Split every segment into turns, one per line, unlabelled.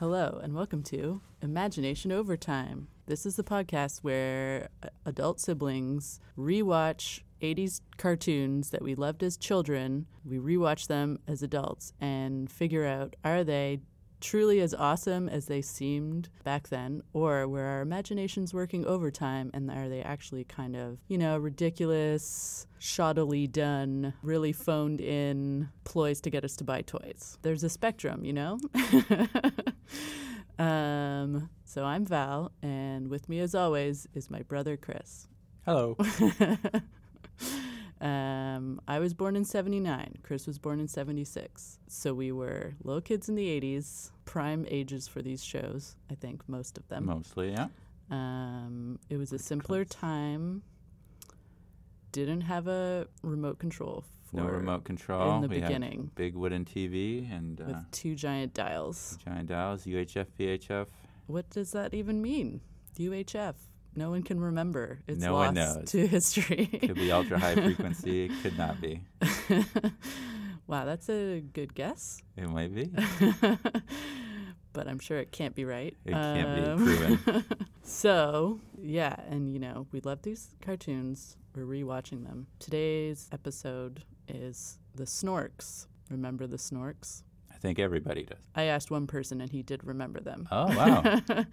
Hello, and welcome to Imagination Overtime. This is the podcast where uh, adult siblings rewatch 80s cartoons that we loved as children. We rewatch them as adults and figure out are they truly as awesome as they seemed back then, or were our imaginations working overtime and are they actually kind of, you know, ridiculous, shoddily done, really phoned in ploys to get us to buy toys? There's a spectrum, you know? um, so I'm Val, and with me as always is my brother Chris.
Hello.
Um, I was born in 79. Chris was born in 76. So we were little kids in the 80s, prime ages for these shows, I think, most of them.
Mostly, yeah.
Um, it was a simpler time. Didn't have a remote control for
No remote control.
in the
we had
beginning.
big wooden TV and uh,
with two giant dials.
giant dials, UHF, VHF.
What does that even mean? UHF. No one can remember. It's
No
lost
one knows.
to history.
Could be ultra high frequency. Could not be.
wow, that's a good guess.
It might be.
but I'm sure it can't be right.
It can't
Um,
be proven.
So, yeah, and you know, we love these cartoons. We're rewatching them. Today's episode is The Snorks. Remember The Snorks?
I think everybody does.
I asked one person and he did remember them.
Oh wow.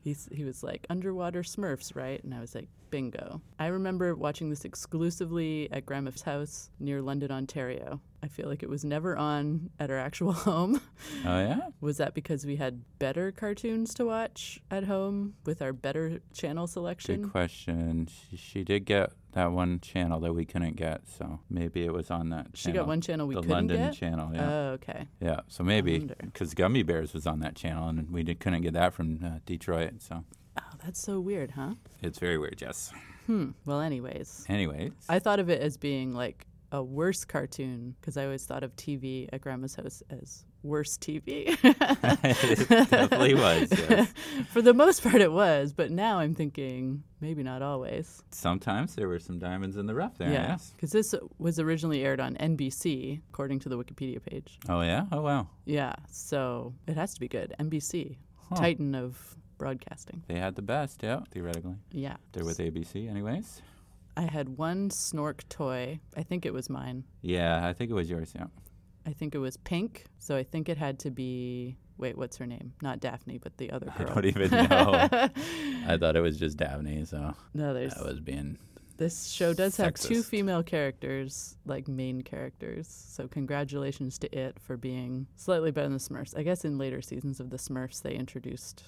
He's, he was like, underwater smurfs, right? And I was like, bingo. I remember watching this exclusively at Grandma's house near London, Ontario. I feel like it was never on at our actual home.
Oh yeah.
Was that because we had better cartoons to watch at home with our better channel
Good
selection?
question. She, she did get that one channel that we couldn't get, so maybe it was on that.
She
channel.
got one channel we
the
couldn't
London
get.
channel. Yeah.
Oh, okay.
yeah. So maybe
wonder.
because Gummy Bears was on that channel, and we did, couldn't get that from uh, Detroit. So
Oh, that's so weird, huh?
it's very weird. Yes.
Hmm. Well, anyways,
Anyways.
I thought of it as being like a worse cartoon because I always thought of TV at grandma's house as worse TV.
it definitely was. Yes.
For the most part, it was, but now I'm thinking maybe not always.
Sometimes there were some diamonds in the rough there. Yes.
Because this was originally aired on NBC, according to the Wikipedia page.
Oh yeah. Oh wow.
Yeah, so it has to be good. NBC,
Huh.
titan of broadcasting.
They had the best. Yeah. Theoretically,
Yeah.
they're with ABC, anyways.
I had one snork toy. I think it was mine.
Yeah, I think it was yours. Yeah.
I think it was pink, so I think it had to be. Wait, what's her name? Not Daphne, but the other
I
girl.
don't even know. I thought it was just Daphne, so
No, there's.
that was being.
This show does have two
sexist.
female characters, like main characters. So congratulations to it for being slightly better than the Smurfs. I guess in later seasons of the Smurfs, they introduced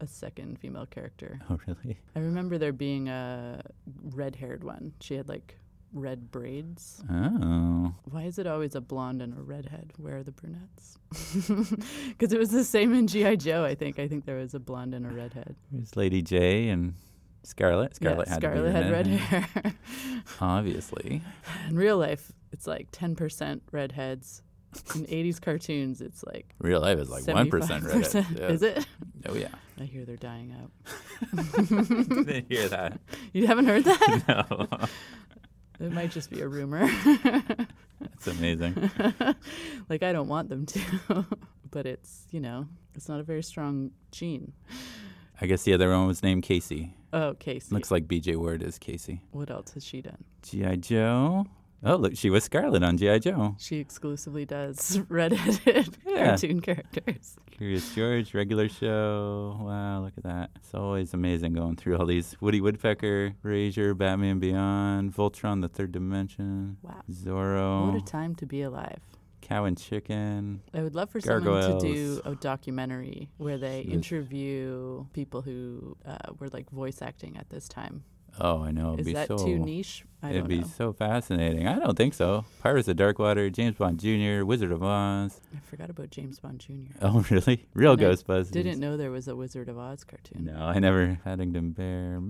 a second female character.
Oh really?
I remember there being a red-haired one. She had like red braids.
Oh.
Why is it always a blonde and a redhead? Where are the brunettes? Because it was the same in GI Joe. I think. I think there was a blonde and a redhead.
There's Lady J and Scarlet. Scarlet
yeah,
had
Scarlet
to be in
had
it,
red
and
hair.
Obviously.
in real life, it's like ten percent redheads. In '80s cartoons, it's like
Real life is like one percent red.
75%.
Yeah.
Is it?
Oh yeah.
I hear they're dying out.
Didn't hear that.
You haven't heard that?
No.
It might just be a rumor.
That's amazing.
like I don't want them to, but it's you know it's not a very strong gene.
I guess the other one was named Casey.
Oh, Casey.
Looks like BJ Ward is Casey.
what else has she done?
G.I. Joe. Oh, look, she was Scarlet on G.I. Joe.
She exclusively does redheaded
Yeah.
cartoon characters.
Curious George, regular show. Wow, look at that. It's always amazing going through all these Woody Woodpecker, Razor, Batman Beyond, Voltron, The Third Dimension,
Wow.
Zorro,
What a time to be alive.
Cow and Chicken.
I would love for someone to do a documentary where they
Yes.
interview people who uh, were like voice acting at this time.
Oh, I know. It'd
Is
be
that
so,
too niche? I
It'd
don't
be
know.
so fascinating. I don't think so. Pirates of Darkwater, James Bond Jr., Wizard of Oz.
I forgot about James Bond Jr.
Oh, really? Real
And I
Ghostbusters.
Didn't know there was a Wizard of Oz cartoon.
No, I never. Paddington Bear,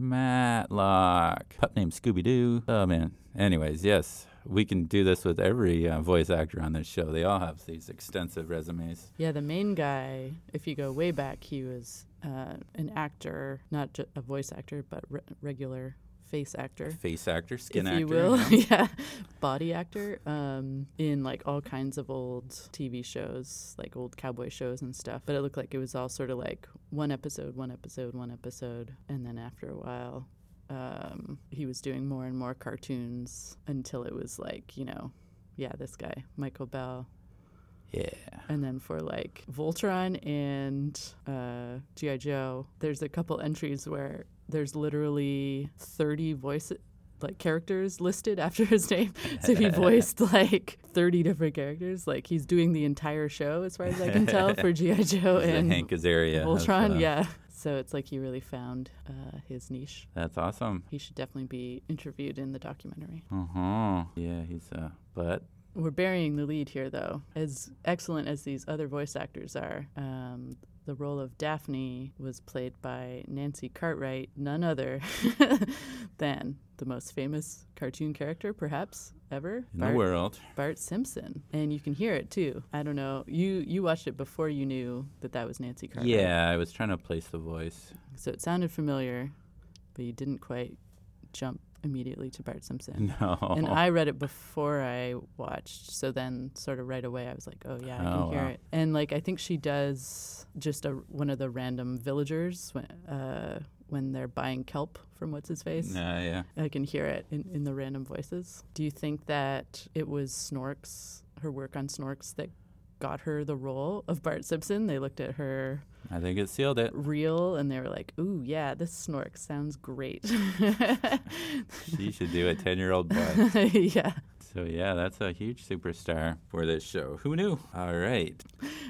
Matlock, pup named Scooby Doo. Oh man. Anyways, yes, we can do this with every uh, voice actor on this show. They all have these extensive resumes.
Yeah, the main guy, if you go way back, he was uh, an actor, not ju- a voice actor, but re- regular face actor.
Face actor, skin
if
actor.
you will,
yeah.
yeah, body actor, um, in like all kinds of old TV shows, like old cowboy shows and stuff. But it looked like it was all sort of like one episode, one episode, one episode, and then after a while, um, he was doing more and more cartoons until it was like, you know, yeah, this guy, Michael Bell,
Yeah.
and then for like Voltron and uh, G.I. Joe, there's a couple entries where there's literally 30 voice like characters listed after his name. So he voiced like 30 different characters. Like he's doing the entire show as far as I can tell for G.I. Joe
The
and
Hank Azaria. that's,
Voltron.
uh,
yeah. So it's like he really found uh, his niche.
That's awesome.
He should definitely be interviewed in the documentary.
Uh huh. Yeah, he's uh, but
We're burying the lead here, though. As excellent as these other voice actors are, um, the role of Daphne was played by Nancy Cartwright, none other than the most famous cartoon character, perhaps ever,
in
Bart,
the world.
Bart Simpson. And you can hear it too. I don't know. You you watched it before you knew that that was Nancy Cartwright.
Yeah, I was trying to place the voice.
So it sounded familiar, but you didn't quite jump immediately to Bart Simpson.
No.
And I read it before I watched. So then, sort of right away, I was like, oh, yeah, I can
Oh,
hear
wow.
it. And like, I think she does just a, one of the random villagers when, uh, when they're buying kelp from What's His Face.
Yeah, yeah.
I can hear it in, in the random voices. Do you think that it was Snorks, her work on Snorks, that got her the role of Bart Simpson? They looked at her
I think it sealed it.
reel and they were like, ooh, yeah, this Snorks sounds great.
She should do a 10 year old boy.
yeah.
so, yeah, that's a huge superstar for this show. Who knew? All right.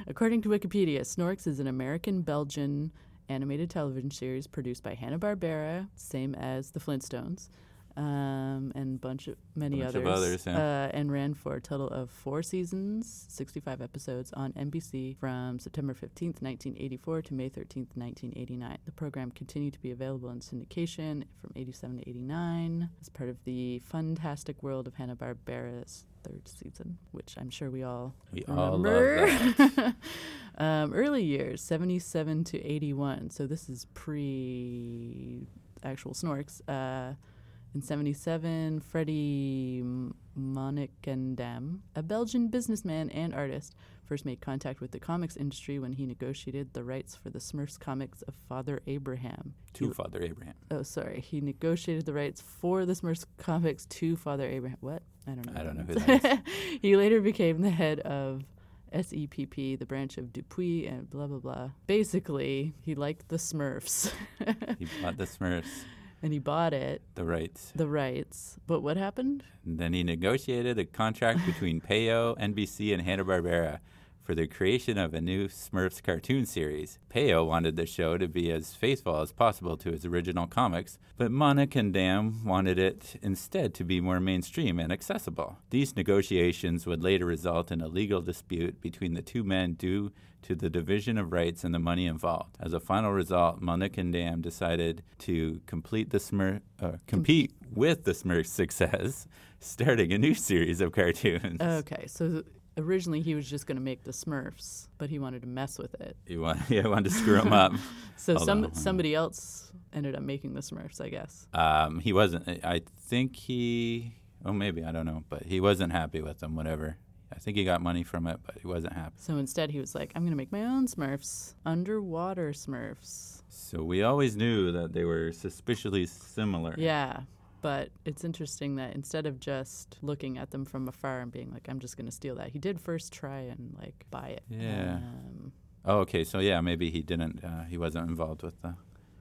According to Wikipedia, Snorks is an American Belgian animated television series produced by Hanna-Barbera, same as The Flintstones, um, and bunch of, many
Bunch
others.
of others, yeah.
uh, and ran for a total of four seasons, 65 episodes on NBC from September 15th, 1984 to May 13th, 1989. The program continued to be available in syndication from 87 to 89 as part of the Fantastic World of Hanna-Barbera's third season, which I'm sure we all
We all love
remember.
that.
um, early years, 77 to 81. So this is pre actual Snorks. Uh, in 77, Freddie Monnikendam, a Belgian businessman and artist, first made contact with the comics industry when he negotiated the rights for the Smurfs comics of Father Abraham.
To Father Abraham.
Oh, sorry. He negotiated the rights for the Smurfs comics to Father Abraham. What? I don't know.
I don't know
who
who that is.
he later became the head of SEPP, the branch of Dupuis, and blah, blah, blah. Basically, he liked the Smurfs
He bought the Smurfs,
and he bought it,
the rights.
the rights. But what happened?
And then he negotiated a contract between Payo, NBC, and Hanna-Barbera for the creation of a new Smurfs cartoon series. Payo wanted the show to be as faithful as possible to its original comics, but Monnikendam wanted it instead to be more mainstream and accessible. These negotiations would later result in a legal dispute between the two men due to the division of rights and the money involved. As a final result, Monnikendam decided to complete the Smurf, uh, compete with the Smurfs' success, starting a new series of cartoons.
Okay, so originally he was just going to make the Smurfs, but he wanted to mess with it.
You want, yeah, wanted to screw him up.
So
Hold
some
on, hold on.
somebody else ended up making the Smurfs, I guess.
Um, he wasn't. I- I think he. Oh, maybe I don't know, but he wasn't happy with them. Whatever. I think he got money from it, but he wasn't happy.
So instead, he was like, "I'm going to make my own Smurfs, underwater Smurfs."
So we always knew that they were suspiciously similar.
Yeah. But it's interesting that instead of just looking at them from afar and being like, I'm just going to steal that, he did first try and like buy it.
Yeah.
Um,
Oh, okay. So yeah, maybe he didn't. Uh, he wasn't involved with the.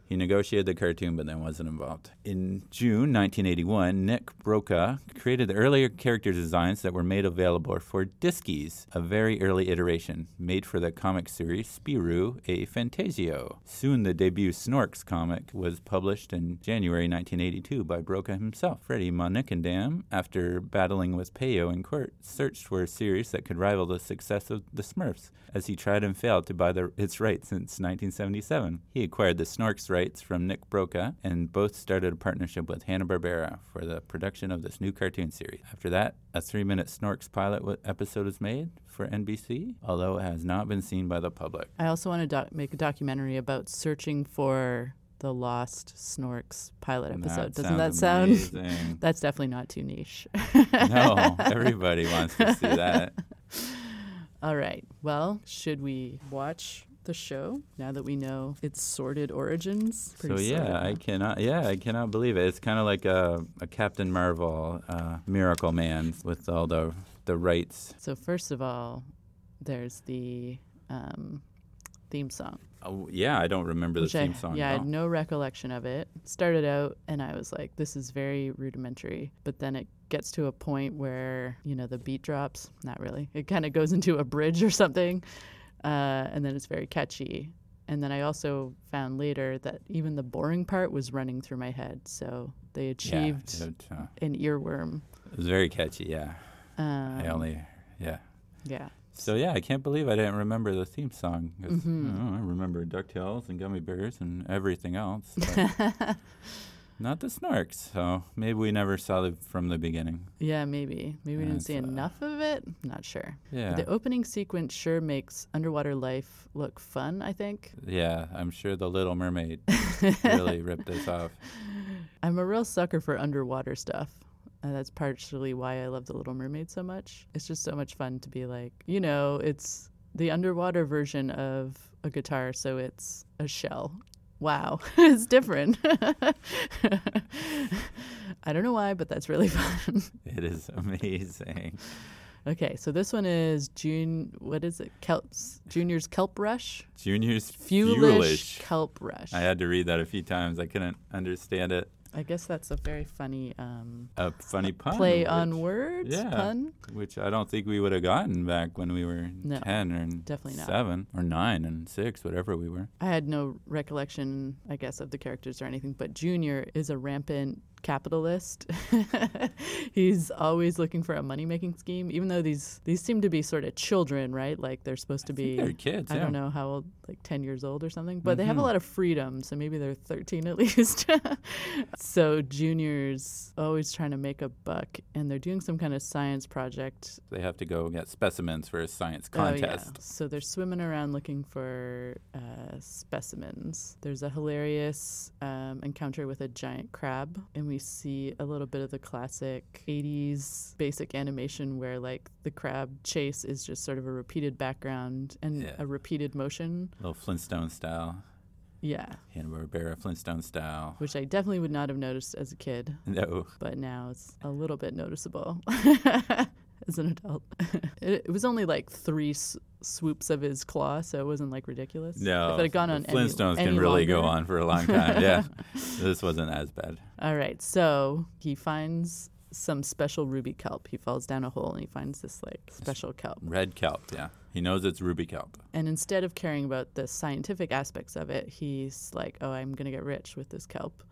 He negotiated the cartoon, but then wasn't involved. In June 1981, Nick Broca created the earlier character designs that were made available for Diskies, a very early iteration made for the comic series Spirou a Fantasio. Soon, the debut Snorks comic was published in January 1982 by Broca himself. Freddie Monnickendam, after battling with Peyo in court, searched for a series that could rival the success of The Smurfs, as he tried and failed to buy the, its rights since 1977. He acquired the Snorks rights from Nick Broca, and both started a partnership with Hanna-Barbera for the production of this new cartoon series. After that, a three-minute Snorks pilot wa- episode was made for NBC, although it has not been seen by the public.
I also want to doc- make a documentary about searching for the Lost Snorks pilot
And
episode.
that
Doesn't that
sounds
sound?
amazing.
That's definitely not too niche.
no, everybody wants to see that.
All right. Well, should we watch the show now that we know its sordid origins?
so yeah, I cannot. Yeah, I cannot believe it. It's kind of like a, a Captain Marvel, uh, Miracle Man with all the the rights.
So first of all, there's the um, theme song.
Oh, yeah, I don't remember the
which
theme
I,
song.
Yeah, I
at
had
all.
no recollection of it. Started out and I was like, this is very rudimentary. But then it gets to a point where, you know, the beat drops. Not really. It kind of goes into a bridge or something. Uh, and then it's very catchy. And then I also found later that even the boring part was running through my head. So they
Yeah,
achieved
it, uh,
an earworm.
it was very catchy. Yeah,
Um,
I only. Yeah.
Yeah.
So yeah, I can't believe I didn't remember the theme song. 'cause, you know, I remember Ducktales and Gummy Bears and everything else, but not the Snorks. So maybe we never saw it from the beginning.
Yeah, maybe. Maybe we
Yeah,
didn't
it's,
see
uh,
enough of it. Not sure.
Yeah,
The opening sequence sure makes underwater life look fun, I think.
yeah. I'm sure the Little Mermaid really ripped this off.
I'm a real sucker for underwater stuff. And that's partially why I love The Little Mermaid so much. It's just so much fun to be like, you know, it's the underwater version of a guitar, so it's a shell. Wow, it's different. I don't know why, but that's really fun.
It is amazing.
Okay, so this one is June. What is it? Kelp's Junior's Kelp Rush.
Junior's
Fuelish,
Fuelish.
Kelp Rush.
I had to read that a few times. I couldn't understand it.
I guess that's a very funny um,
A funny pun.
play
which-
on words
yeah.
pun.
which I don't think we would have gotten back when we were
No,
10 or n-
definitely not.
7 or 9 and 6, whatever we were.
I had no recollection, I guess, of the characters or anything, but Junior is a rampant capitalist. He's always looking for a money making scheme, even though these, these seem to be sort of children, right? Like they're supposed to be.
They're kids,
I
yeah. Mm-hmm.
don't know how old, like 10 years old or something, but they have a lot of freedom. So maybe they're 13 at least. so Junior's always trying to make a buck, and they're doing some kind of science project.
They have to go get specimens for a science
Oh, yeah.
contest.
So they're swimming around looking for uh, specimens. There's a hilarious um, encounter with a giant crab, and we see a little bit of the classic 80s basic animation where, like, the crab chase is just sort of a repeated background and
Yeah.
a repeated motion.
Little Flintstone style,
Yeah.
Hanna-Barbera Flintstone style.
which I definitely would not have noticed as a kid,
No,
but now it's a little bit noticeable as an adult. it, it was only like three s- swoops of his claw, so it wasn't like ridiculous.
no.
if it had gone
the
on any-
Flintstones
any
can really go
longer-
on for a long time. Yeah, this wasn't as bad.
All right, so he finds some special ruby kelp. He falls down a hole and he finds this like special kelp.
Red kelp, yeah. He knows it's ruby kelp.
And instead of caring about the scientific aspects of it, he's like, oh, I'm going to get rich with this kelp.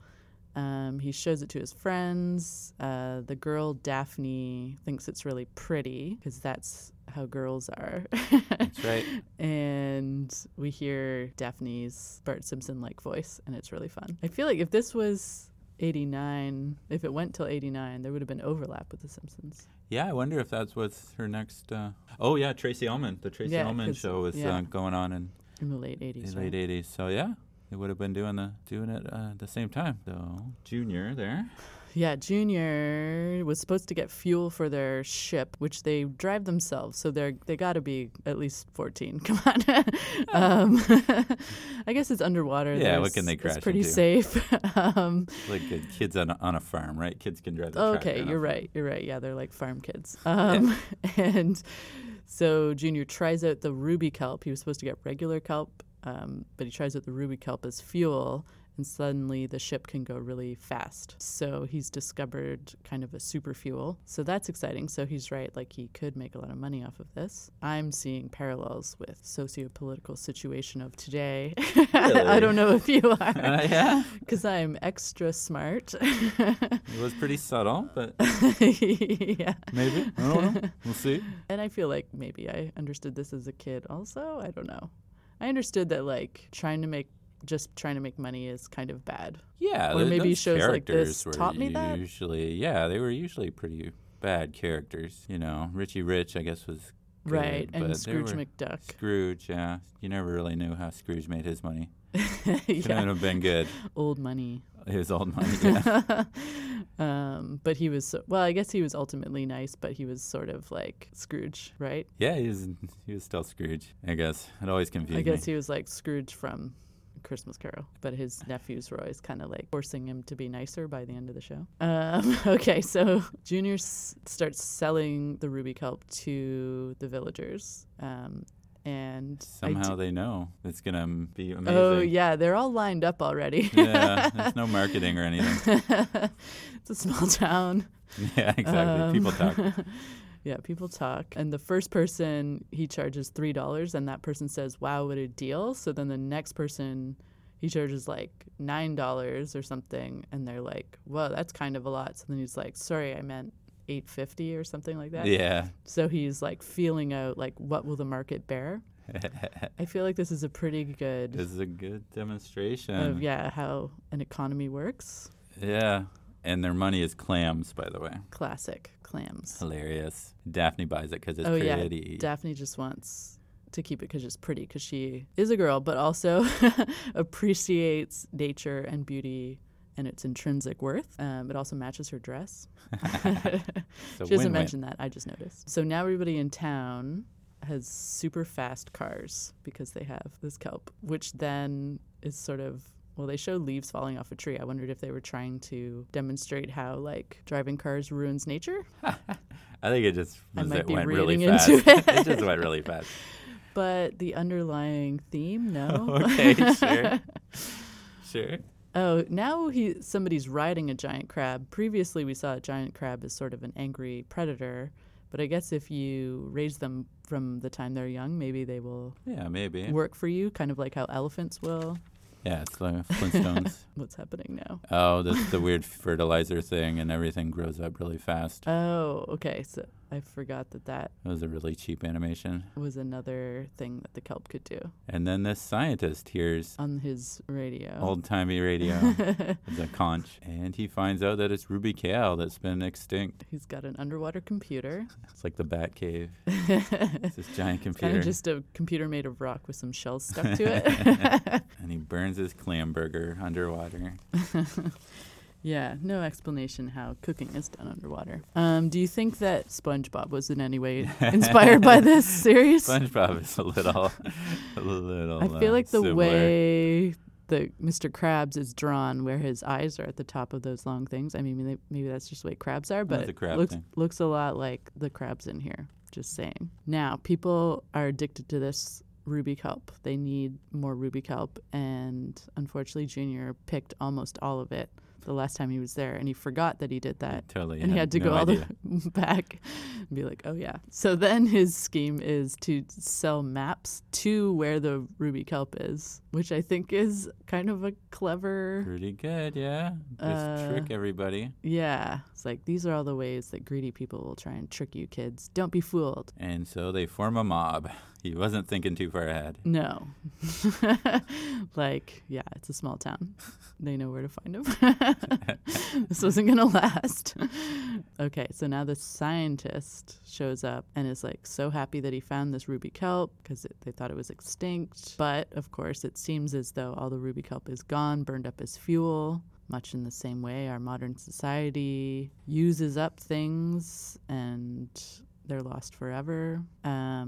Um, he shows it to his friends. Uh, the girl, Daphne, thinks it's really pretty because that's how girls are.
That's right.
and we hear Daphne's Bart Simpson like voice, and it's really fun. I feel like if this was 89, if it went till 89, there would have been overlap with The Simpsons.
Yeah, I wonder if that's what's her next. Uh... Oh yeah, Tracy Ullman. The Tracy
Yeah,
Ullman
'cause-
show was
yeah.
uh, going on in
In the late 80s.
the
right?
late '80s. So yeah, they would have been doing the doing it uh, at the same time. So Junior there.
Yeah, Junior was supposed to get fuel for their ship, which they drive themselves, so they're they got to be at least fourteen. Come on, um, I guess it's underwater.
Yeah,
There's-
what can they crash
It's pretty
into?
safe. um,
It's like good kids on a, on a farm, right? Kids can drive. The tractor
okay,
on a
you're
farm.
right. You're right. Yeah, they're like farm kids. Um, And so Junior tries out the ruby kelp. He was supposed to get regular kelp, um, but he tries out the ruby kelp as fuel, and suddenly the ship can go really fast. So he's discovered kind of a super fuel. So that's exciting. So he's right. Like he could make a lot of money off of this. I'm seeing parallels with socio-political situation of today. I
Really?
don't know if you are,
Uh, yeah,
because I'm extra smart.
it was pretty subtle, but
yeah.
maybe I don't know. We'll see.
And I feel like maybe I understood this as a kid also. I don't know. I understood that like trying to make just trying to make money is kind of bad.
Yeah,
Or
th-
maybe
those
shows like
characters
this
were
taught me that?
Usually, yeah, they were usually pretty bad characters. You know, Richie Rich, I guess, was good.
right,
but they
and Scrooge
were-
McDuck.
Scrooge, yeah. You never really knew how Scrooge made his money. Couldn't
yeah,
have been good.
old money.
His old money. Yeah.
um, but he was so, well. I guess he was ultimately nice, but he was sort of like Scrooge, right?
yeah, he was he was still Scrooge. I guess it always confused
I guess
me.
he was like Scrooge from Christmas Carol, but his nephews were always kind of like forcing him to be nicer by the end of the show. Um, okay, so Junior s- starts selling the ruby kelp to the villagers, um, and I
Somehow
d-
they know it's gonna m- be amazing.
oh yeah, they're all lined up already.
yeah. There's no marketing or anything.
it's a small town.
Yeah, exactly. People
Um,
talk.
Yeah, people talk. And the first person he charges three dollars and that person says, Wow, what a deal. So then the next person he charges like nine dollars or something and they're like, Whoa, that's kind of a lot. So then he's like, Sorry, I meant eight fifty or something like that.
Yeah.
So he's like feeling out like what will the market bear? I feel like this is a pretty good
This is um, a good demonstration.
of yeah, how an economy works.
yeah. And their money is clams, by the way.
Classic clams.
Hilarious. Daphne buys it because it's
Oh, yeah.
pretty.
Daphne just wants to keep it because it's pretty, because she is a girl, but also appreciates nature and beauty and its intrinsic worth. Um, it also matches her dress.
so
she doesn't
win-win.
mention that. I just noticed. So now everybody in town has super fast cars because they have this kelp, which then is sort of. Well, they show leaves falling off a tree. I wondered if they were trying to demonstrate how, like, driving cars ruins nature.
I think it just
I
was,
might
it
be
went really
reading
fast.
into
it just went really fast.
But the underlying theme, no.
Okay, sure. Sure.
Oh, now he somebody's riding a giant crab. Previously, we saw a giant crab as sort of an angry predator, but I guess if you raise them from the time they're young, maybe they will
Yeah, maybe.
work for you, kind of like how elephants will.
Yeah, it's like Flintstones.
What's happening now?
oh, that's the weird fertilizer thing, and everything grows up really fast.
Oh, okay. So I forgot that that
That was a really cheap animation.
was another thing that the kelp could do
And then this scientist hears
on his radio.
old timey radio. it's a conch. And he finds out that it's Ruby Kale that's been extinct.
He's got an underwater computer.
It's like the Bat Cave.
it's
It's this giant
kind
computer.
of just a computer made of rock with some shells stuck to it.
and he burns his clam burger underwater.
Yeah, no explanation how cooking is done underwater. Um, do you think that SpongeBob was in any way inspired by this series?
SpongeBob is a little, a little.
I feel
uh,
like the
similar.
way the Mr. Krabs is drawn, where his eyes are at the top of those long things. I mean, maybe- maybe that's just the way crabs are, but
That's a crab
it looks
thing.
looks a lot like the crabs in here. Just saying. Now, people are addicted to this ruby kelp. They need more ruby kelp, and unfortunately, Junior picked almost all of it the last time he was there, and he forgot that he did that
totally,
and he had to
no
go all
idea.
the back and be like, oh yeah. So then his scheme is to sell maps to where the ruby kelp is, which I think is kind of a clever.
Pretty good, yeah. Just
Uh,
trick everybody.
Yeah, it's like these are all the ways that greedy people will try and trick you, kids. Don't be fooled.
And so they form a mob. He wasn't thinking too far ahead.
No, like yeah, it's a small town. They know where to find him. this wasn't gonna last. Okay, so now the scientist shows up and is like so happy that he found this ruby kelp because they thought it was extinct. But of course, it seems as though all the ruby kelp is gone, burned up as fuel. Much in the same way our modern society uses up things and they're lost forever.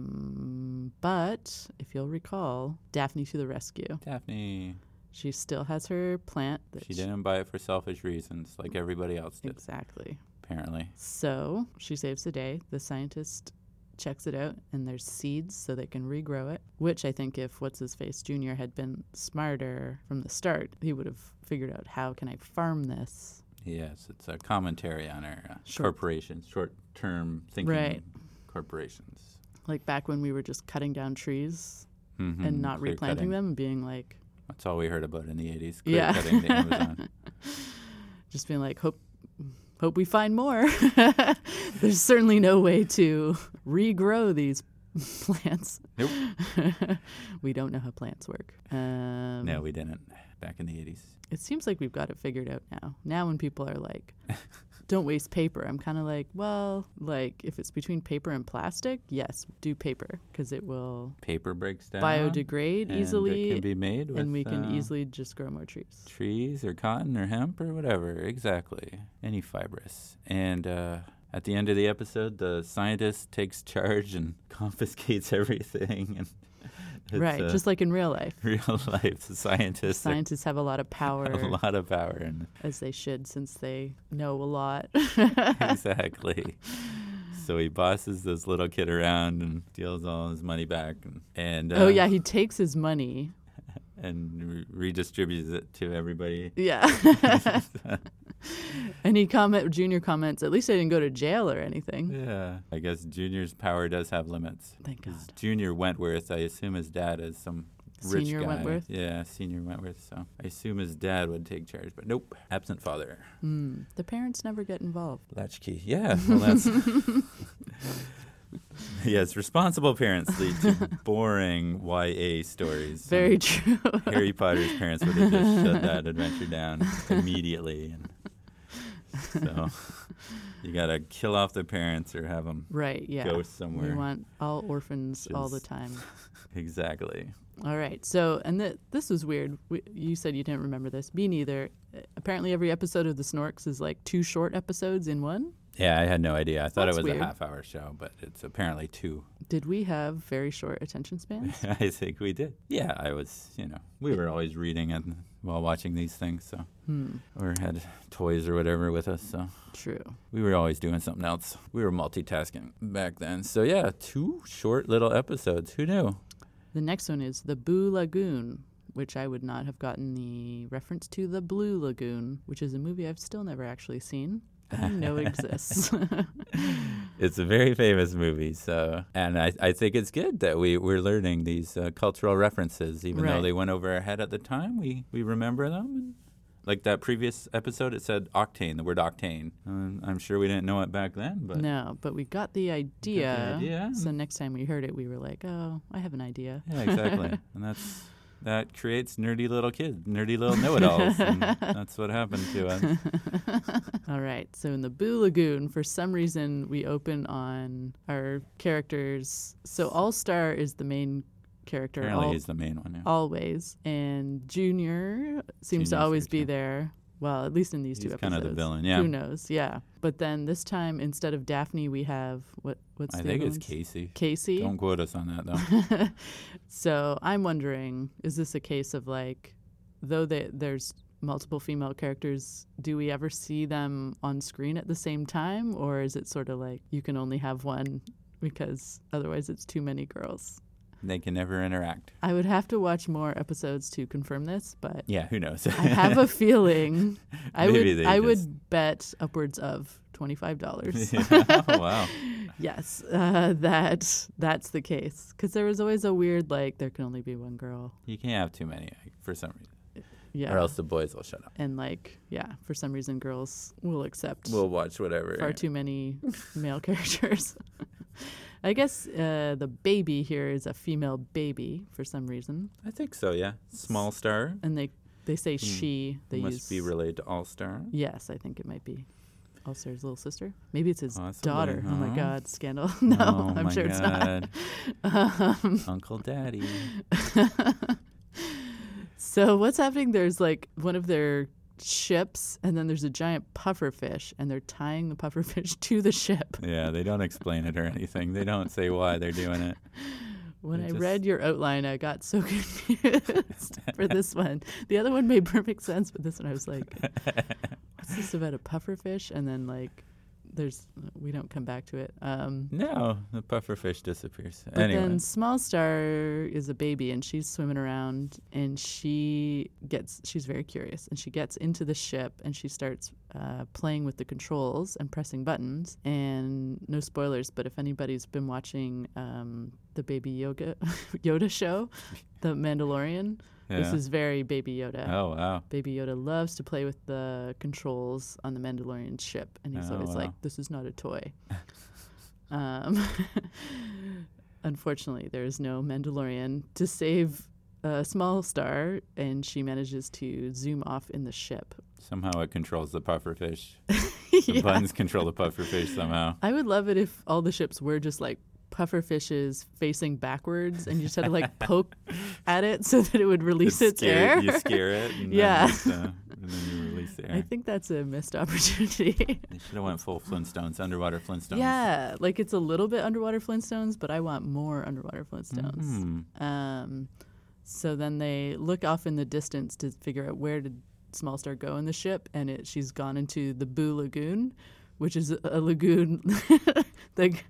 Um, but if you'll recall, Daphne to the rescue.
Daphne,
She still has her plant. That
she didn't buy it for selfish reasons, like everybody else did,
Exactly.
apparently.
So she saves the day. The scientist checks it out, and there's seeds so they can regrow it. Which I think, if what's his face Junior had been smarter from the start, he would have figured out how can I farm this.
Yes, it's a commentary on our uh,
Short-
corporations, short-term thinking
Right.
corporations.
Like back when we were just cutting down trees
Mm-hmm.
and not replanting them, and being like,
That's all we heard about in the 80s, clear
Yeah.
cutting the Amazon.
just being like, hope. Hope we find more. There's certainly no way to regrow these plants.
Nope.
we don't know how plants work. Um, Um,
No, we didn't back in the 80s.
It seems like we've got it figured out now. Now, when people are like, don't waste paper, I'm kind of like, well, like if it's between paper and plastic, yes, do paper because it will
Paper breaks down.
biodegrade
Uh-huh. and It
easily
can be made with
and we can
uh,
easily just grow more trees.
trees or cotton or hemp or whatever. Exactly. Any fibrous. And uh, at the end of the episode, the scientist takes charge and confiscates everything. And it's,
right,
uh,
just like in real life.
real life. The scientists are-
Scientists have a lot of power,
have a lot of power. And
as they should, since they know a lot.
exactly. So he bosses this little kid around and steals all his money back. And, and
oh,
uh,
yeah, he takes his money.
and re- redistributes it to everybody.
Yeah. and he comment, Junior comments, at least I didn't go to jail or anything.
Yeah. I guess Junior's power does have limits.
Thank
'Cause
God.
Junior Wentworth, I assume his dad is some rich
Senior
guy.
Wentworth?
Yeah, senior Wentworth. So I assume his dad would take charge, but nope, absent father,
Hmm. The parents never get involved.
latchkey. Yeah, well that's. yes, responsible parents lead to boring YA stories.
Very true.
Harry Potter's parents would have just shut that adventure down immediately. And so you gotta kill off the parents or have them
right, yeah.
go somewhere.
We want all orphans all the
Just-
time.
exactly.
All right. So, and th- this was weird. We, you said you didn't remember this. Me neither. Uh, Apparently, every episode of the Snorks is like two short episodes in one.
Yeah, I had no idea. I thought
That's
it was
weird.
a half-hour show, but it's apparently two.
Did we have very short attention spans?
I think we did. Yeah, I was. You know, we were always reading and while watching these things, so
Hmm.
or had toys or whatever with us, so.
True.
We were always doing something else. We were multitasking back then. So, yeah, two short little episodes. Who knew?
The next one is the Boo Lagoon, which I would not have gotten the reference to the Blue Lagoon, which is a movie I've still never actually seen. I know exists.
It's a very famous movie, so and I, I think it's good that we we're learning these uh, cultural references, even
Right.
though they went over our head at the time. We we remember them, and like that previous episode, it said octane, the word octane. Um, I'm sure we didn't know it back then, but
no, but we got the idea.
idea.
So next time we heard it, we were like, "Oh, I have an idea."
yeah, exactly. and that's that creates nerdy little kids, nerdy little know-it-alls. and that's what happened to us.
All right. So in the Boo Lagoon, for some reason, we open on our characters. So All Star is the main character.
Apparently,
All-
he's the main one. Yeah.
always. And Junior seems to
Junior's
always
there,
be
too.
there. Well, at least in these two
He's
episodes.
kinda the villain, yeah.
Who knows? Yeah. But then this time, instead of Daphne, we have what? What's
I
the
think
other
it's
ones?
Casey.
Casey.
Don't quote us on that though.
So I'm wondering, is this a case of like, though they, there's multiple female characters, do we ever see them on screen at the same time, or is it sort of like you can only have one because otherwise it's too many girls?
they can never interact.
I would have to watch more episodes to confirm this, but
Yeah, who knows?
I have a feeling. I
Maybe
would
they
I
just-
would bet upwards of twenty five dollars.
yeah. Oh, wow.
yes, uh, that that's the case because there was always a weird like there can only be one girl.
You can't have too many like, for some reason,
Yeah,
or else the boys will shut up.
and like yeah, for some reason girls will accept
We'll watch whatever.
far too many male characters. I guess uh, the baby here is a female baby for some reason,
I think so. Yeah, small star
and they they say she. They
Hmm. must
use
be related to all star.
Yes, I think it might be Ulster's little sister. Maybe it's his
Possibly,
daughter. Oh my
huh?
God, scandal. no,
oh,
I'm
my
sure it's not.
God. Uncle Daddy.
So what's happening? There's like one of their ships, and then there's a giant puffer fish, and they're tying the puffer fish to the ship.
Yeah, they don't explain it or anything. They don't say why they're doing it.
When
It
I
just-
read your outline, I got so confused for this one. The other one made perfect sense, but this one I was like, what's this about a puffer fish? And then like, there's we don't come back to it. Um,
No, the pufferfish disappears.
But
anyway,
then Small Star is a baby and she's swimming around and she gets she's very curious and she gets into the ship and she starts uh, playing with the controls and pressing buttons and no spoilers but if anybody's been watching um, the Baby Yoga Yoda show, The Mandalorian, this
Yeah.
is very Baby Yoda.
oh wow.
Baby Yoda loves to play with the controls on the Mandalorian ship, and he's
Oh,
always
wow.
like, "This is not a toy." um, unfortunately, there is no Mandalorian to save a small star, and she manages to zoom off in the ship.
Somehow it controls the pufferfish. The
Yeah.
buttons control the pufferfish somehow.
I would love it if all the ships were just like puffer fishes facing backwards, and you just had to like poke at it so that it would release its,
scare,
air.
You scare it. And
Yeah.
Then, it's, uh, and then you release the
I
air.
think that's a missed opportunity.
They should have went full Flintstones, underwater Flintstones.
yeah, like it's a little bit underwater Flintstones, but I want more underwater Flintstones.
Hmm.
Um, so then they look off in the distance to figure out where did Small Star go in the ship, and it she's gone into the Boo Lagoon, which is a- a lagoon. like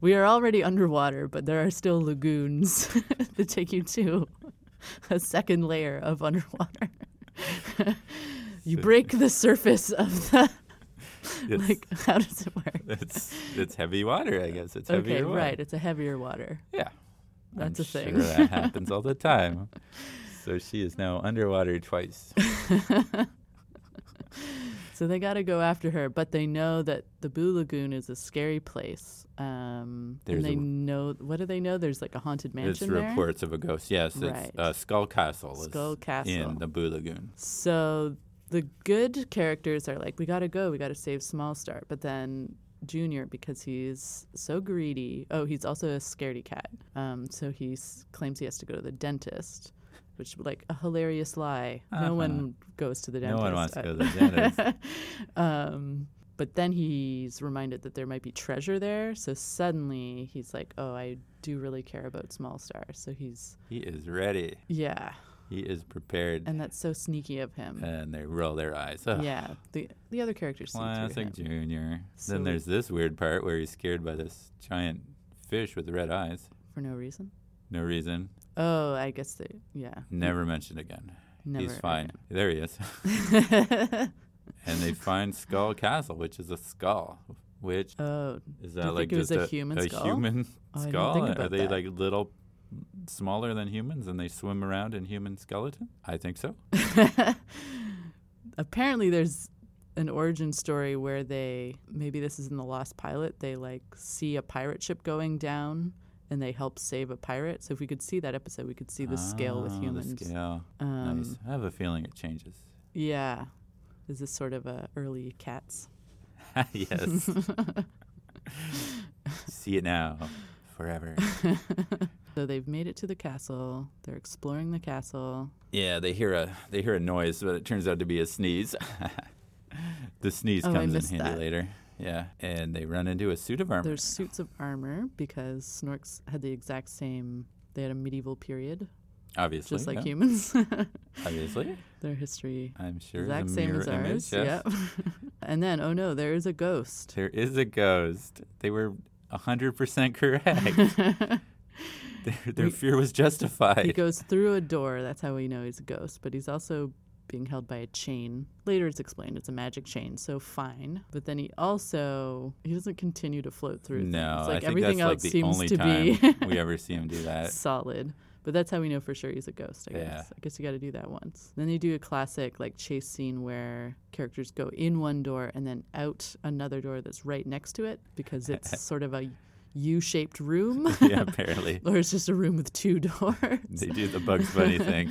we are already underwater, but there are still lagoons that take you to a second layer of underwater. you break the surface of the
It's,
like. How does it work?
it's, it's heavy water, I guess. It's heavy
Okay,
water.
right. It's a heavier water.
Yeah.
That's
I'm
a thing.
Sure that happens all the time. So she is now underwater twice.
So they got to go after her, but they know that the Boo Lagoon is a scary place. Um, and
There's
they
a-
know what do they know? There's like a haunted
It's
mansion there.
reports of a ghost. Yes, it's
Right.
uh, Skull Castle. is
Skull Castle.
in the Boo Lagoon.
So the good characters are like, we got to go, we got to save Small Star. But then Junior, because he's so greedy, oh, he's also a scaredy cat. Um, so he s- claims he has to go to the dentist, which like a hilarious lie.
Uh-huh.
No one goes to the
No
dentist.
one wants to
I-
go to the dentist.
um, but then he's reminded that there might be treasure there. So suddenly he's like, oh, I do really care about Small Star. So he's,
he is ready.
yeah.
He is prepared.
And that's so sneaky of him.
and they roll their eyes. Ugh.
yeah. The, the other characters see through him.
Classic Junior.
So
then
we-
there's this weird part where he's scared by this giant fish with red eyes.
for no reason.
No reason.
Oh, I guess they, yeah.
Never mentioned again.
Hmm. Never.
he's fine. There he is. and they find Skull Castle, which is a skull. Which
Oh,
is
you
that
think
like
it was
just
a human skull?
human
Oh, I didn't
skull?
think
Are
about
they
that.
like little smaller than humans and they swim around in human skeleton? I think so.
apparently there's an origin story where they maybe this is in the lost pilot they like see a pirate ship going down and they help save a pirate so if we could see that episode we could see the scale with
Oh,
humans
The scale.
Um,
nice. I have a feeling it changes.
yeah is this sort of a early cats
yes. See it now. Forever.
so they've made it to the castle they're exploring the castle
Yeah, they hear a they hear a noise, but it turns out to be a sneeze. the sneeze
Oh, I
comes in
missed
handy
that.
later. Yeah, and they run into a suit of armor.
there's suits of armor because snorks had the exact same they had a medieval period
obviously, Oh.
just like
yeah,
humans
Obviously,
their history
I'm sure.
exact
the
same
mirror
as ours.
Image, yes.
Yep. and then, oh no, there is a ghost.
There is a ghost. They were hundred percent correct. their their
We-
fear was justified.
He goes through a door. That's how we know he's a ghost. But he's also being held by a chain. Later, it's explained it's a magic chain, so fine. But then he also he doesn't continue to float through. things.
no, I
like
think
everything
that's like
else
the
seems
only
to
time
be
we ever see him do that.
solid. But that's how we know for sure he's a ghost, I guess.
Uh, Yeah.
I guess you got to do that once. Then they do a classic like chase scene where characters go in one door and then out another door that's right next to it because it's sort of a U-shaped room
yeah, apparently.
or it's just a room with two doors.
They do the Bugs Bunny thing,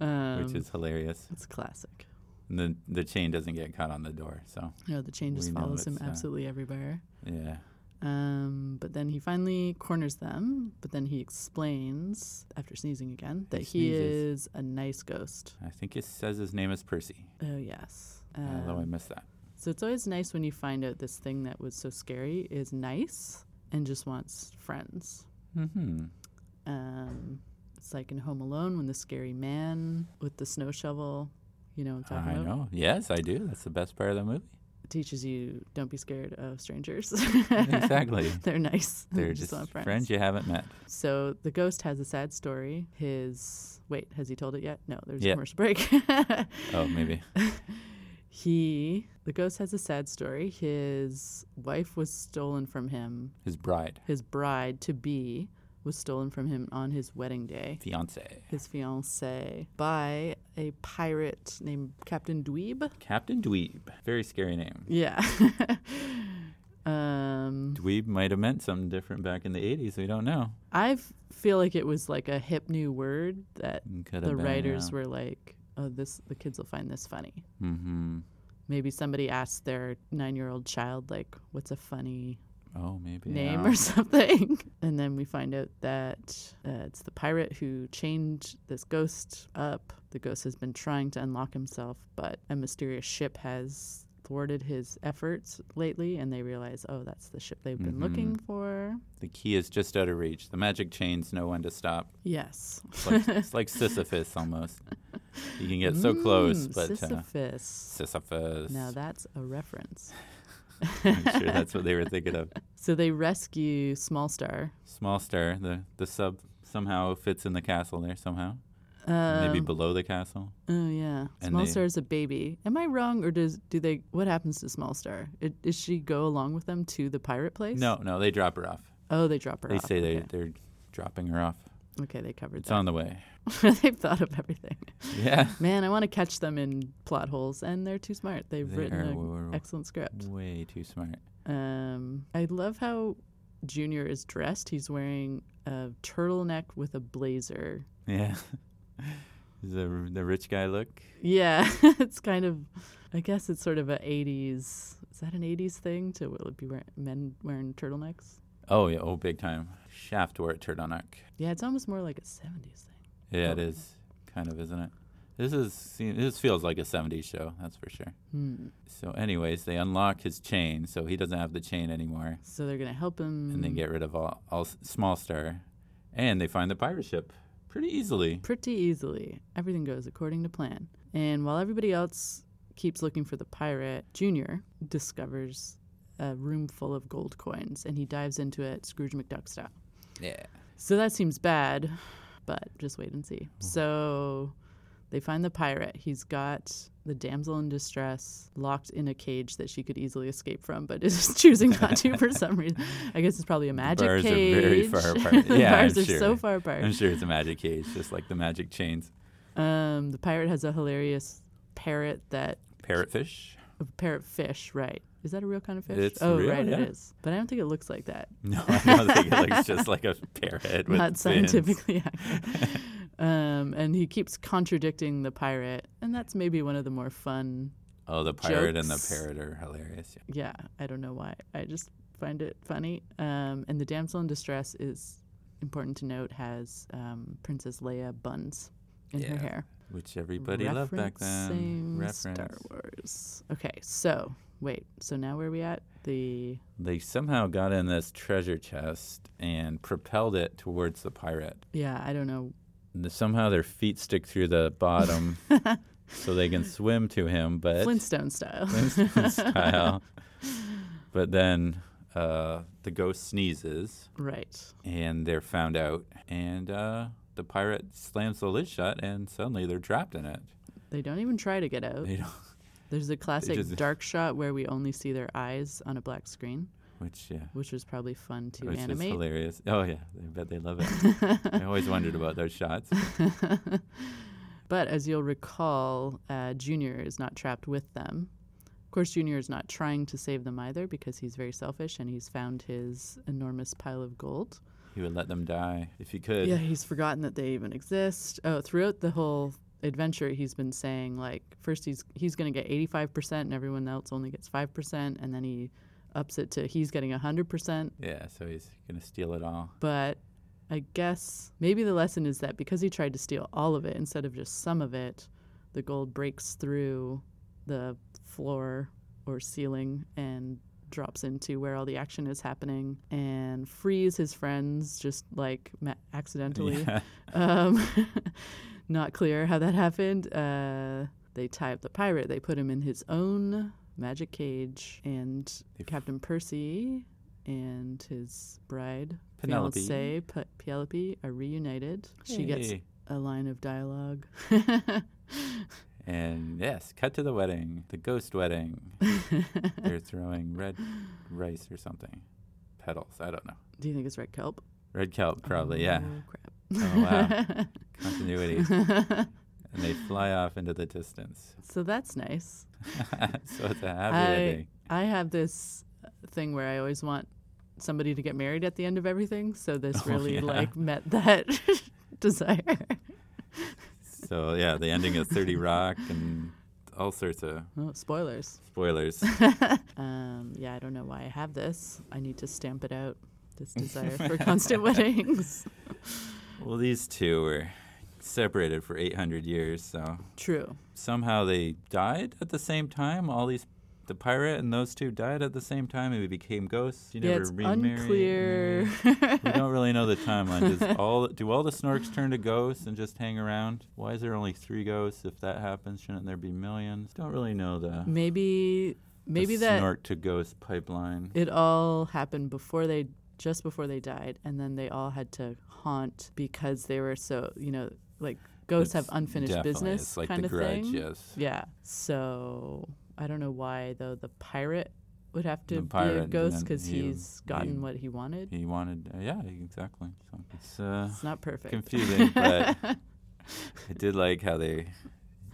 Um,
which is hilarious.
it's classic.
And the the chain doesn't get caught on the door, so
You know, the chain just
We know
follows him
it's, uh,
absolutely everywhere.
yeah.
Um, but then he finally corners them. But then he explains, after sneezing again, that he
sneezes.
is a nice ghost.
I think it says his name is Percy,
Oh yes.
although I
Um,
missed that.
So it's always nice when you find out this thing that was so scary is nice and just wants friends. mm-hmm.
hmm
Um, it's like in Home Alone when the scary man with the snow shovel, you know, what I'm talking
I
about,
know. Yes, I do. That's the best part of the movie.
teaches you don't be scared of strangers.
exactly.
They're nice.
They're just
want
friends. you haven't met.
So the ghost has a sad story. His wait, has he told it yet? No, there's
Yeah.
a commercial break.
Oh, maybe.
he the ghost has a sad story. His wife was stolen from him
His bride,
his bride to be was stolen from him on his wedding day,
fiance,
his fiancee, by a pirate named Captain Dweeb.
Captain Dweeb. Very scary name.
Yeah. Um,
We might have meant something different back in the 80s. We don't know.
I feel like it was like a hip new word that
Could
the writers were like, "Oh, this the kids will find this funny."
Mm-hmm.
Maybe somebody asked their nine-year-old child like, "What's a funny
Oh, maybe.
name
yeah.
or something. And then we find out that uh, it's the pirate who chained this ghost up. The ghost has been trying to unlock himself, but a mysterious ship has thwarted his efforts lately, and they realize, oh, that's the ship they've been looking
Mm-hmm.
for.
The key is just out of reach. The magic chain's no one to stop.
Yes.
It's like, it's like Sisyphus almost. You can get so close,
Mm,
but uh,
Sisyphus.
Sisyphus.
now that's a reference.
I'm sure that's what they were thinking of.
So they rescue Small Star.
Small star. The the sub somehow fits in the castle there somehow.
Um,
Maybe below the castle.
Oh yeah,
And
Small
they-
Star's a baby. Am I wrong, or does do they? What happens to Small Star? It, does she go along with them to the pirate place?
No, no, they drop her off.
Oh, they drop her
They
off.
say they
okay.
they're dropping her off.
Okay, they covered
It's on the way.
that. They've thought of everything.
Yeah.
Man, I want to catch them in plot holes, and they're too smart. They've
They
written
are
an
wor-
excellent script.
Way too smart.
Um, I love how Junior is dressed. He's wearing a turtleneck with a blazer.
Yeah. the the rich guy look.
Yeah, it's kind of. I guess it's sort of a '80s. Is that an '80s thing to will it be wear, men wearing turtlenecks?
Oh yeah, oh big time. Shaft wore a turtleneck.
Yeah, it's almost more like a 70s thing.
Yeah, it is kind of, isn't it? This is se- this feels like a '70s show, that's for sure. So, anyways, they unlock his chain, so he doesn't have the chain anymore,
So they're going to help him
and they get rid of all, all s- small star, and they find the pirate ship pretty easily.
pretty easily. Everything goes according to plan. And while everybody else keeps looking for the pirate, Junior discovers a room full of gold coins and he dives into it Scrooge McDuck style.
Yeah.
So that seems bad, but just wait and see.
Mm-hmm.
So they find the pirate. He's got the damsel in distress locked in a cage that she could easily escape from, but is choosing not to for some reason. I guess it's probably a magic
bars are
cage.
very far apart.
the
Yeah, I'm
bars are so
sure.
far apart.
I'm sure it's a magic cage, just like the magic chains.
Um, the pirate has a hilarious parrot that
Parrotfish?
a parrot fish, right? Is that a real kind of fish?
It's
oh,
real,
right,
yeah.
it is. But I don't think it looks like that.
No, I don't think it looks just like a parrot. With
not
fins.
scientifically accurate. um, and he keeps contradicting the pirate, and that's maybe one of the more fun.
Oh, the pirate and the
Jokes.
parrot are hilarious. Yeah.
Yeah, I don't know why. I just find it funny. Um, and the damsel in distress is important to note has um, Princess Leia buns in her
Yeah.
hair.
Which everybody loved back then.
Referencing Star Wars. Okay, so wait. So now where are we at? The
They somehow got in this treasure chest and propelled it towards the pirate.
yeah, I don't know.
And somehow their feet stick through the bottom so they can swim to him, but
Flintstone style.
Flintstone style. But then uh, the ghost sneezes
right.
and they're found out. And uh, the pirate slams the lid shut and suddenly they're trapped in it.
They don't even try to get out.
They don't,
There's a classic
just-
dark shot where we only see their eyes on a black screen,
which, yeah.
which was probably fun to
Which is
animate.
hilarious. Oh yeah, I bet they love it. I always wondered about those shots.
But as you'll recall, uh, Junior is not trapped with them. Of course, Junior is not trying to save them either because he's very selfish and he's found his enormous pile of gold.
He would let them die if he could.
Yeah, he's forgotten that they even exist. Oh, throughout the whole adventure, he's been saying like first he's he's going to get eighty five percent, and everyone else only gets five percent, and then he ups it to he's getting hundred percent.
Yeah, so he's gonna steal it all.
But I guess maybe the lesson is that because he tried to steal all of it instead of just some of it, the gold breaks through the floor or ceiling and drops into where all the action is happening and frees his friends just like ma- accidentally
Yeah.
um, not clear how that happened. Uh, they tie up the pirate. They put him in his own magic cage, and
They f-
Captain Percy and his bride,
Penelope.
fiancée, Pe- Penelope, are reunited. She gets
Hey.
a line of dialogue.
And yes, cut to the wedding, the ghost wedding. They're throwing red rice or something, petals. I don't know.
Do you think it's red kelp?
Red kelp, probably. Yeah.
Oh, crap.
Oh wow, continuity. and they fly off into the distance.
So that's nice.
so it's a happy
I-
ending.
I have this thing where I always want somebody to get married at the end of everything. So this
Oh,
really
yeah.
like met that desire.
So yeah, the ending of Thirty Rock and all sorts of
Oh, spoilers.
spoilers.
Um, yeah, I don't know why I have this. I need to stamp it out. This desire for constant weddings.
well, these two were separated for 800 years, so
True.
somehow they died at the same time. All these, the pirate and those two died at the same time, and we became ghosts. You
yeah,
never
it's
remarried.
unclear.
we don't really know the timeline. Does all do all the snorks turn to ghosts and just hang around? Why is there only three ghosts? If that happens, shouldn't there be millions? Don't really know the
maybe, maybe
the
that
snork to ghost pipeline.
it all happened before they just before they died and then they all had to haunt because they were so you know like ghosts
It's
have unfinished
definitely-
business
It's like
kind
the
of
grudge,
thing
yes.
yeah so i don't know why though the pirate would have
The
to be
pirate,
a
and
ghost
then
because
he-
he's gotten
he-
what he wanted
He wanted, uh, yeah, exactly. So it's uh,
it's not perfect
confusing, but I did like how they.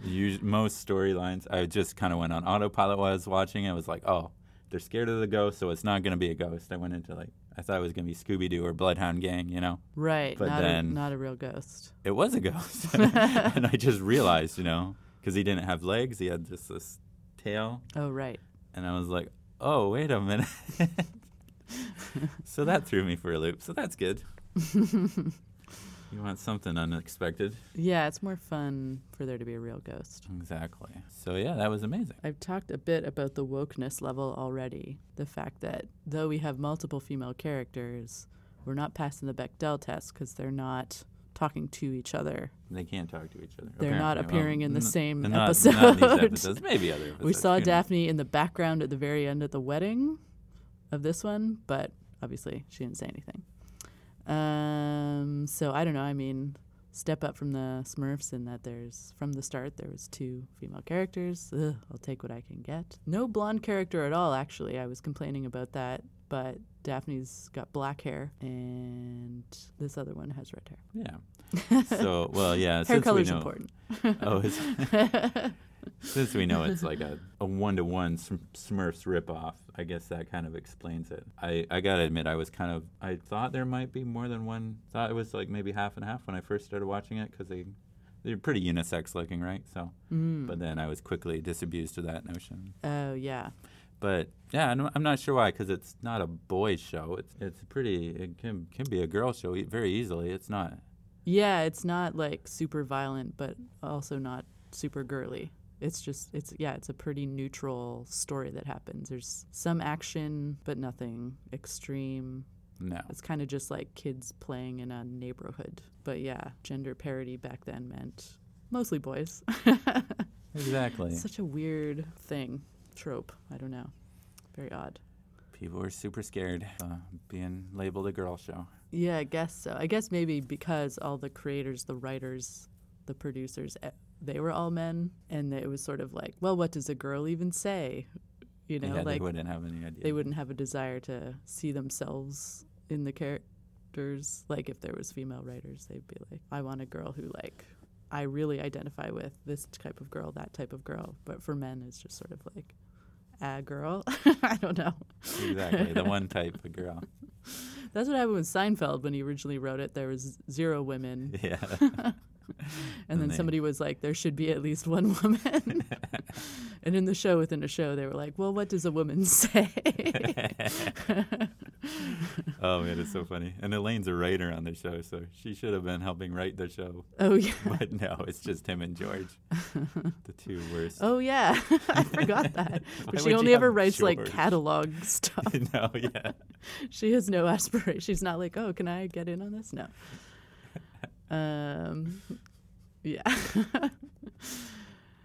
Us- most storylines, I just kind of went on autopilot while I was watching. I was like, oh, they're scared of the ghost, so it's not going to be a ghost. I went into like, I thought it was going to be Scooby Doo or Bloodhound Gang, you know?
right
but
not, a,
then-
not a real ghost
It was a ghost. and I just realized, you know, because he didn't have legs, he had just this tail.
oh right
And I was like, oh, wait a minute. so that threw me for a loop. So that's good. you want something unexpected.
yeah it's more fun for there to be a real ghost
Exactly. So, yeah, that was amazing.
I've talked a bit about the wokeness level already. The fact that though we have multiple female characters, we're not passing the Bechdel test because they're not talking to each other.
They can't talk to each other.
They're not
apparently. Well,
appearing in the
n-
same
they're not-
episode.
not in these episodes. Maybe other
we
episodes,
saw
who knows?
Daphne in the background at the very end of the wedding of this one, but obviously she didn't say anything. Um, so I don't know. I mean, step up from the Smurfs in that there's from the start there was two female characters. Ugh, I'll take what I can get. No blonde character at all. Actually, I was complaining about that, but Daphne's got black hair, and this other one has red hair.
Yeah. So, well, yeah.
Hair
since we
color's
know-
important.
Oh, it's, since we know it's like a, a one-to-one Sm- Smurfs ripoff, I guess that kind of explains it. I, I gotta admit, I was kind of I thought there might be more than one. Thought it was like maybe half and half when I first started watching it because they they're pretty unisex looking, right? So,
Mm.
but then I was quickly disabused of that notion.
Oh yeah.
But yeah, I'm, I'm not sure why because it's not a boy show. It's it's pretty. It can can be a girl show e- very easily. It's not.
Yeah, it's not like super violent, but also not super girly. It's just, it's, yeah, it's a pretty neutral story that happens. There's some action, but nothing extreme.
No.
It's kind of just like kids playing in a neighborhood. But yeah, gender parity back then meant mostly boys.
Exactly.
Such a weird thing, trope. I don't know. Very odd.
People were super scared uh, being labeled a girl show.
Yeah, I guess so. I guess maybe because all the creators, the writers, the producers, eh, they were all men, and it was sort of like, well, what does a girl even say? You know,
yeah,
like
they wouldn't have any idea.
they wouldn't have a desire to see themselves in the characters. Like if there was female writers, they'd be like, I want a girl who like I really identify with this type of girl, that type of girl. But for men, it's just sort of like a girl. I don't know.
exactly the one type of girl.
That's what happened with Seinfeld when he originally wrote it. There was zero women.
Yeah,
And then
they-
somebody was like, there should be at least one woman. and in the show within a show, they were like, well, what does a woman say?
oh man, it's so funny. And Elaine's a writer on the show, so she should have been helping write the show.
oh, yeah.
But no, it's just him and George, the two worst.
Oh, yeah. I forgot that.
Why
But
would
she
you
only ever
have
writes like
George?
catalog stuff.
no, yeah,
she has no aspiration. She's not like, oh, can I get in on this? No. Um, yeah.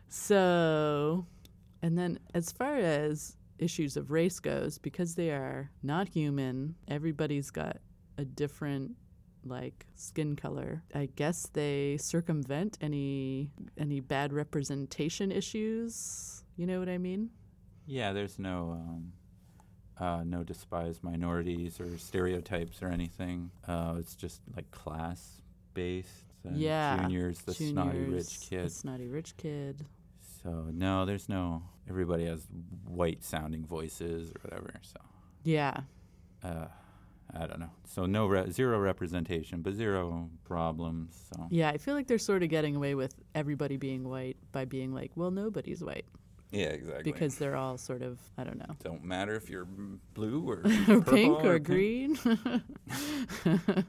so, and then as far as issues of race goes, because they are not human, everybody's got a different like skin color. I guess they circumvent any any bad representation issues. You know what I mean?
yeah. There's no. Um, uh, no despised minorities or stereotypes or anything. Uh, it's just like class based. and
Yeah,
Junior's the snotty rich
Juniors,
kid.
The snotty rich kid.
So no, there's no. Everybody has white sounding voices or whatever. So
Yeah.
Uh, I don't know. So no re- zero representation, but zero problems. So
Yeah, I feel like they're sort of getting away with everybody being white by being like, well, nobody's white
yeah, exactly.
because they're all sort of, I don't know,
don't matter if you're mm, blue or
or
purple
pink or
pink.
green.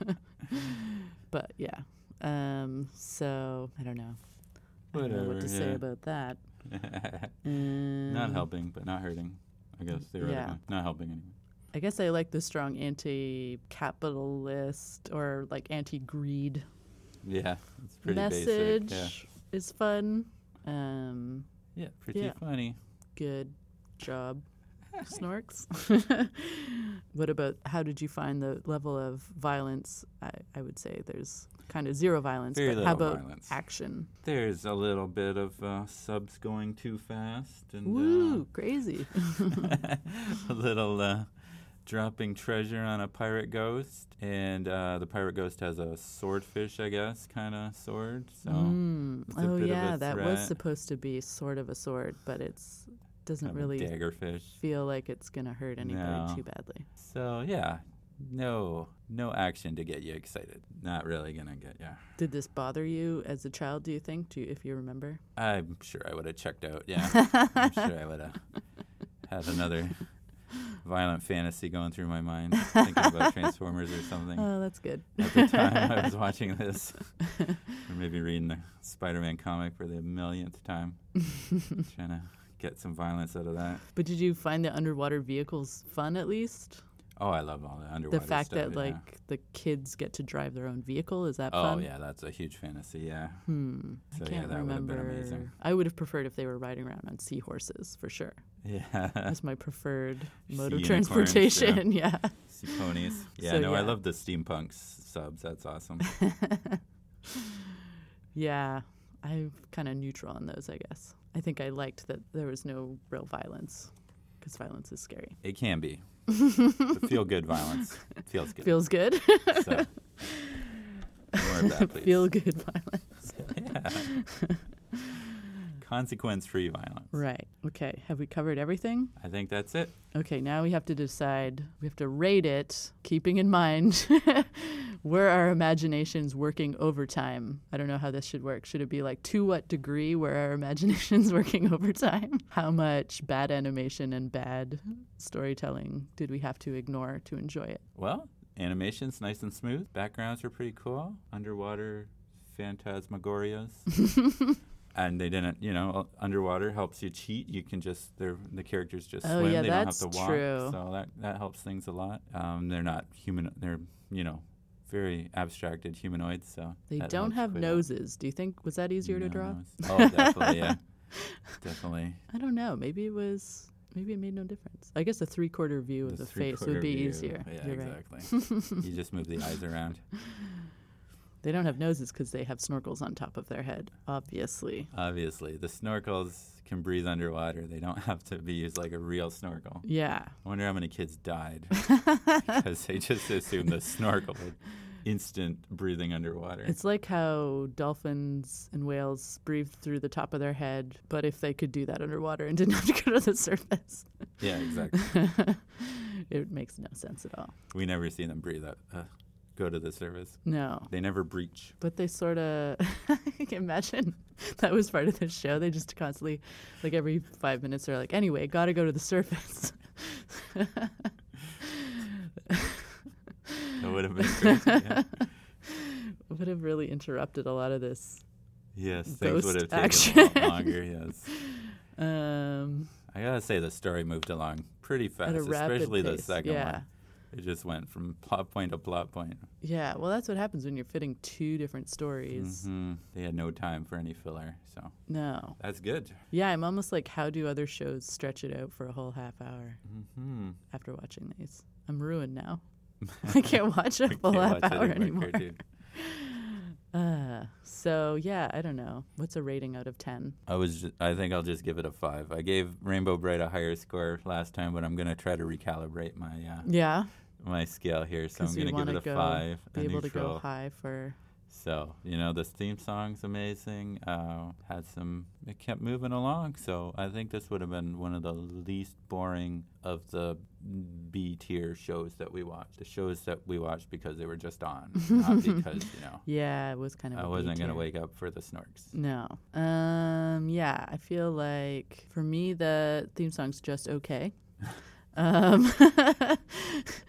but yeah. Um, so I don't know. I don't know what
Whatever,
to say
yeah.
about that. Um,
not helping, but not hurting. I guess theoretically, not helping anyway.
I guess I like the strong anti-capitalist or like anti-greed
Yeah, it's pretty
message.
basic.
Is fun. Um,
Yeah, yeah pretty
Yeah.
funny.
good job, Snorks. what about how did you find the level of violence? I, I would say there's kind of zero violence,
Very
but how
little
about
violence.
action?
There's a little bit of uh, subs going too fast and
Woo,
uh,
crazy.
a little uh, dropping treasure on a pirate ghost. And uh, the pirate ghost has a swordfish, I guess, kind of sword. So
Mm,
it's a
Oh
bit of a
yeah, that was
threat.
supposed to be sort of a sword, but it's doesn't
kinda
really
daggerfish.
feel like it's gonna hurt anybody
No.
too badly.
So yeah, no, no action to get you excited. Not really gonna get you.
Did this bother you as a child? Do you think? Do you, if you remember?
I'm sure I would have checked out. Yeah, I'm sure I would have had another violent fantasy going through my mind, thinking about Transformers or something.
Oh, that's good.
At the time I was watching this, or maybe reading the Spider-Man comic for the millionth time, trying to get some violence out of that.
But did you find the underwater vehicles fun at least?
Oh, I love all the
the
underwater
fact
stuff,
that
yeah.
like the kids get to drive their own vehicle is that
Oh
fun?
yeah, that's a huge fantasy. Yeah.
Hmm.
So
I can't
yeah, that would have
remember.
been amazing.
I would have preferred if they were riding around on seahorses for sure.
Yeah.
That's my preferred mode of
Sea unicorns, Ah. yeah.
transportation. Yeah.
Sea ponies. Yeah,
So,
no, I
yeah.
love the steampunk s- subs. That's awesome.
Yeah. I'm kind of neutral on those, I guess. I think I liked that there was no real violence because violence is scary.
It can be. But feel good violence. Feels good.
Feels good.
so, more of that, please.
Feel good violence.
Consequence free violence.
Right. Okay. Have we covered everything?
I think that's it.
Okay, now we have to decide. We have to rate it, keeping in mind where our imagination's working overtime. I don't know how this should work. Should it be like to what degree where our imagination's working overtime? How much bad animation and bad storytelling did we have to ignore to enjoy it?
Well, animation's nice and smooth. Backgrounds are pretty cool. Underwater phantasmagorias. and they didn't, you know, uh, underwater helps you cheat. You can just, they're, the characters just
Oh,
swim.
yeah,
they
that's
don't have to walk.
true.
So that, that helps things a lot. Um, they're not human, they're, you know, very abstracted humanoids. So
They
that
don't
helps
have
quite a lot.
noses. Do you think was that easier to
No,
draw?
no, it's- Oh, definitely, yeah. definitely.
I don't know. Maybe it was maybe it made no difference. I guess a three-quarter view of the face would
three-quarter
be
view.
easier.
Yeah,
You're right.
exactly. you just move the eyes around.
They don't have noses because they have snorkels on top of their head, obviously.
Obviously, the snorkels can breathe underwater. They don't have to be used like a real snorkel.
Yeah.
I wonder how many kids died because they just assumed the snorkel would instant breathing underwater.
It's like how dolphins and whales breathe through the top of their head, but if they could do that underwater and didn't have to go to the surface,
yeah, exactly.
it makes no sense at all.
We never see them breathe out, uh, go to the surface.
No.
They never breach.
But they sort of, I can imagine that was part of the show. They just constantly, like every five minutes, they're like, anyway, gotta go to the surface.
That would have been crazy. yeah.
Would have really interrupted a lot of this.
Yes, things would
Ghost
have taken
action.
a lot longer. Yes.
Um,
I gotta say the story moved along pretty fast,
at a rapid
especially the
pace.
second
yeah.
one. It just went from plot point to plot point.
Yeah, well, that's what happens when you're fitting two different stories.
Mhm. They had no time for any filler, so
No.
that's good.
Yeah, I'm almost like, how do other shows stretch it out for a whole half hour
Hmm.
after watching these? I'm ruined now. I can't watch a full
Can't
half
watch
hour
anything more
anymore.
cartoon.
Uh, so, yeah, I don't know. What's a rating out of 10?
I was. Just, I think I'll just give it a five. I gave Rainbow Bright a higher score last time, but I'm gonna try to recalibrate my uh,
Yeah,
my scale here. So I'm
because we
gonna
want
give
to
it a
go
five.
be
a
able to
neutral.
go high for
So, you know, this theme song's amazing. Uh, had some, it kept moving along. So I think this would have been one of the least boring of the B tier shows that we watched. The shows that we watched because they were just on, not because, you know,
Yeah, it was kind of.
I
a
wasn't going
B-tier.
to wake up for the snorks.
No. Um. Yeah, I feel like for me the theme song's just okay. um.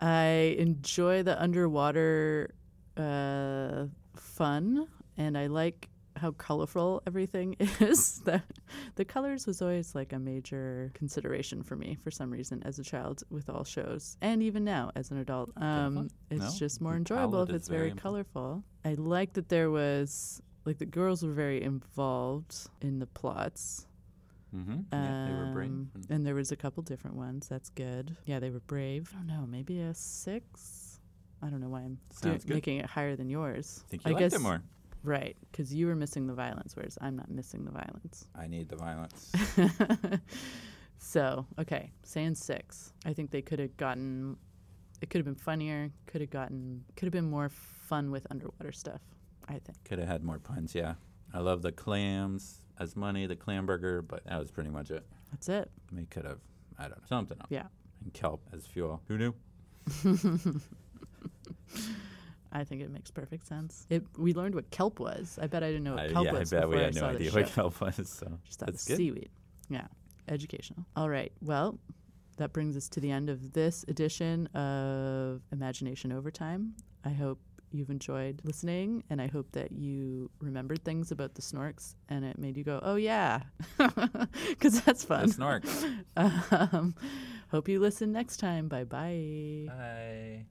I enjoy the underwater uh, fun, and I like how colorful everything is. the The colors was always like a major consideration for me for some reason as a child with all shows, and even now as an adult. Um, it's
No,
just more
the
enjoyable
palette
if
is
it's very,
very important.
colorful. I like that there was like the girls were very involved in the plots.
Mm-hmm. yeah, they were brave.
Um,
and-
And there was a couple different ones. That's good. Yeah, they were brave. I don't know, maybe a six. I don't know why I'm doing,
Sounds good.
making it higher than yours.
I think you liked it more.
right because you were missing the violence, whereas I'm not missing the violence.
I need the violence.
so okay, saying six. I think they could have gotten. It could have been funnier. Could have gotten. Could have been more fun with underwater stuff. I think.
Could have had more puns, yeah. I love the clams as money, the clam burger, but that was pretty much it.
That's it.
We could have, I don't know, something else.
Yeah.
And kelp as fuel. Who knew?
I think it makes perfect sense. It, we learned what kelp was. I bet I didn't know
I,
what Oh, kelp
yeah, I
was
bet
before
we
I
had no
saw
idea
this
what
show.
kelp was. So
Just thought it was
that's good.
seaweed. Yeah, educational. All right. Well, that brings us to the end of this edition of Imagination Overtime. I hope you've enjoyed listening, and I hope that you remembered things about the snorks, and it made you go, "Oh yeah," because that's
The
fun.
snorks.
um, hope you listen next time. Bye bye.
Bye.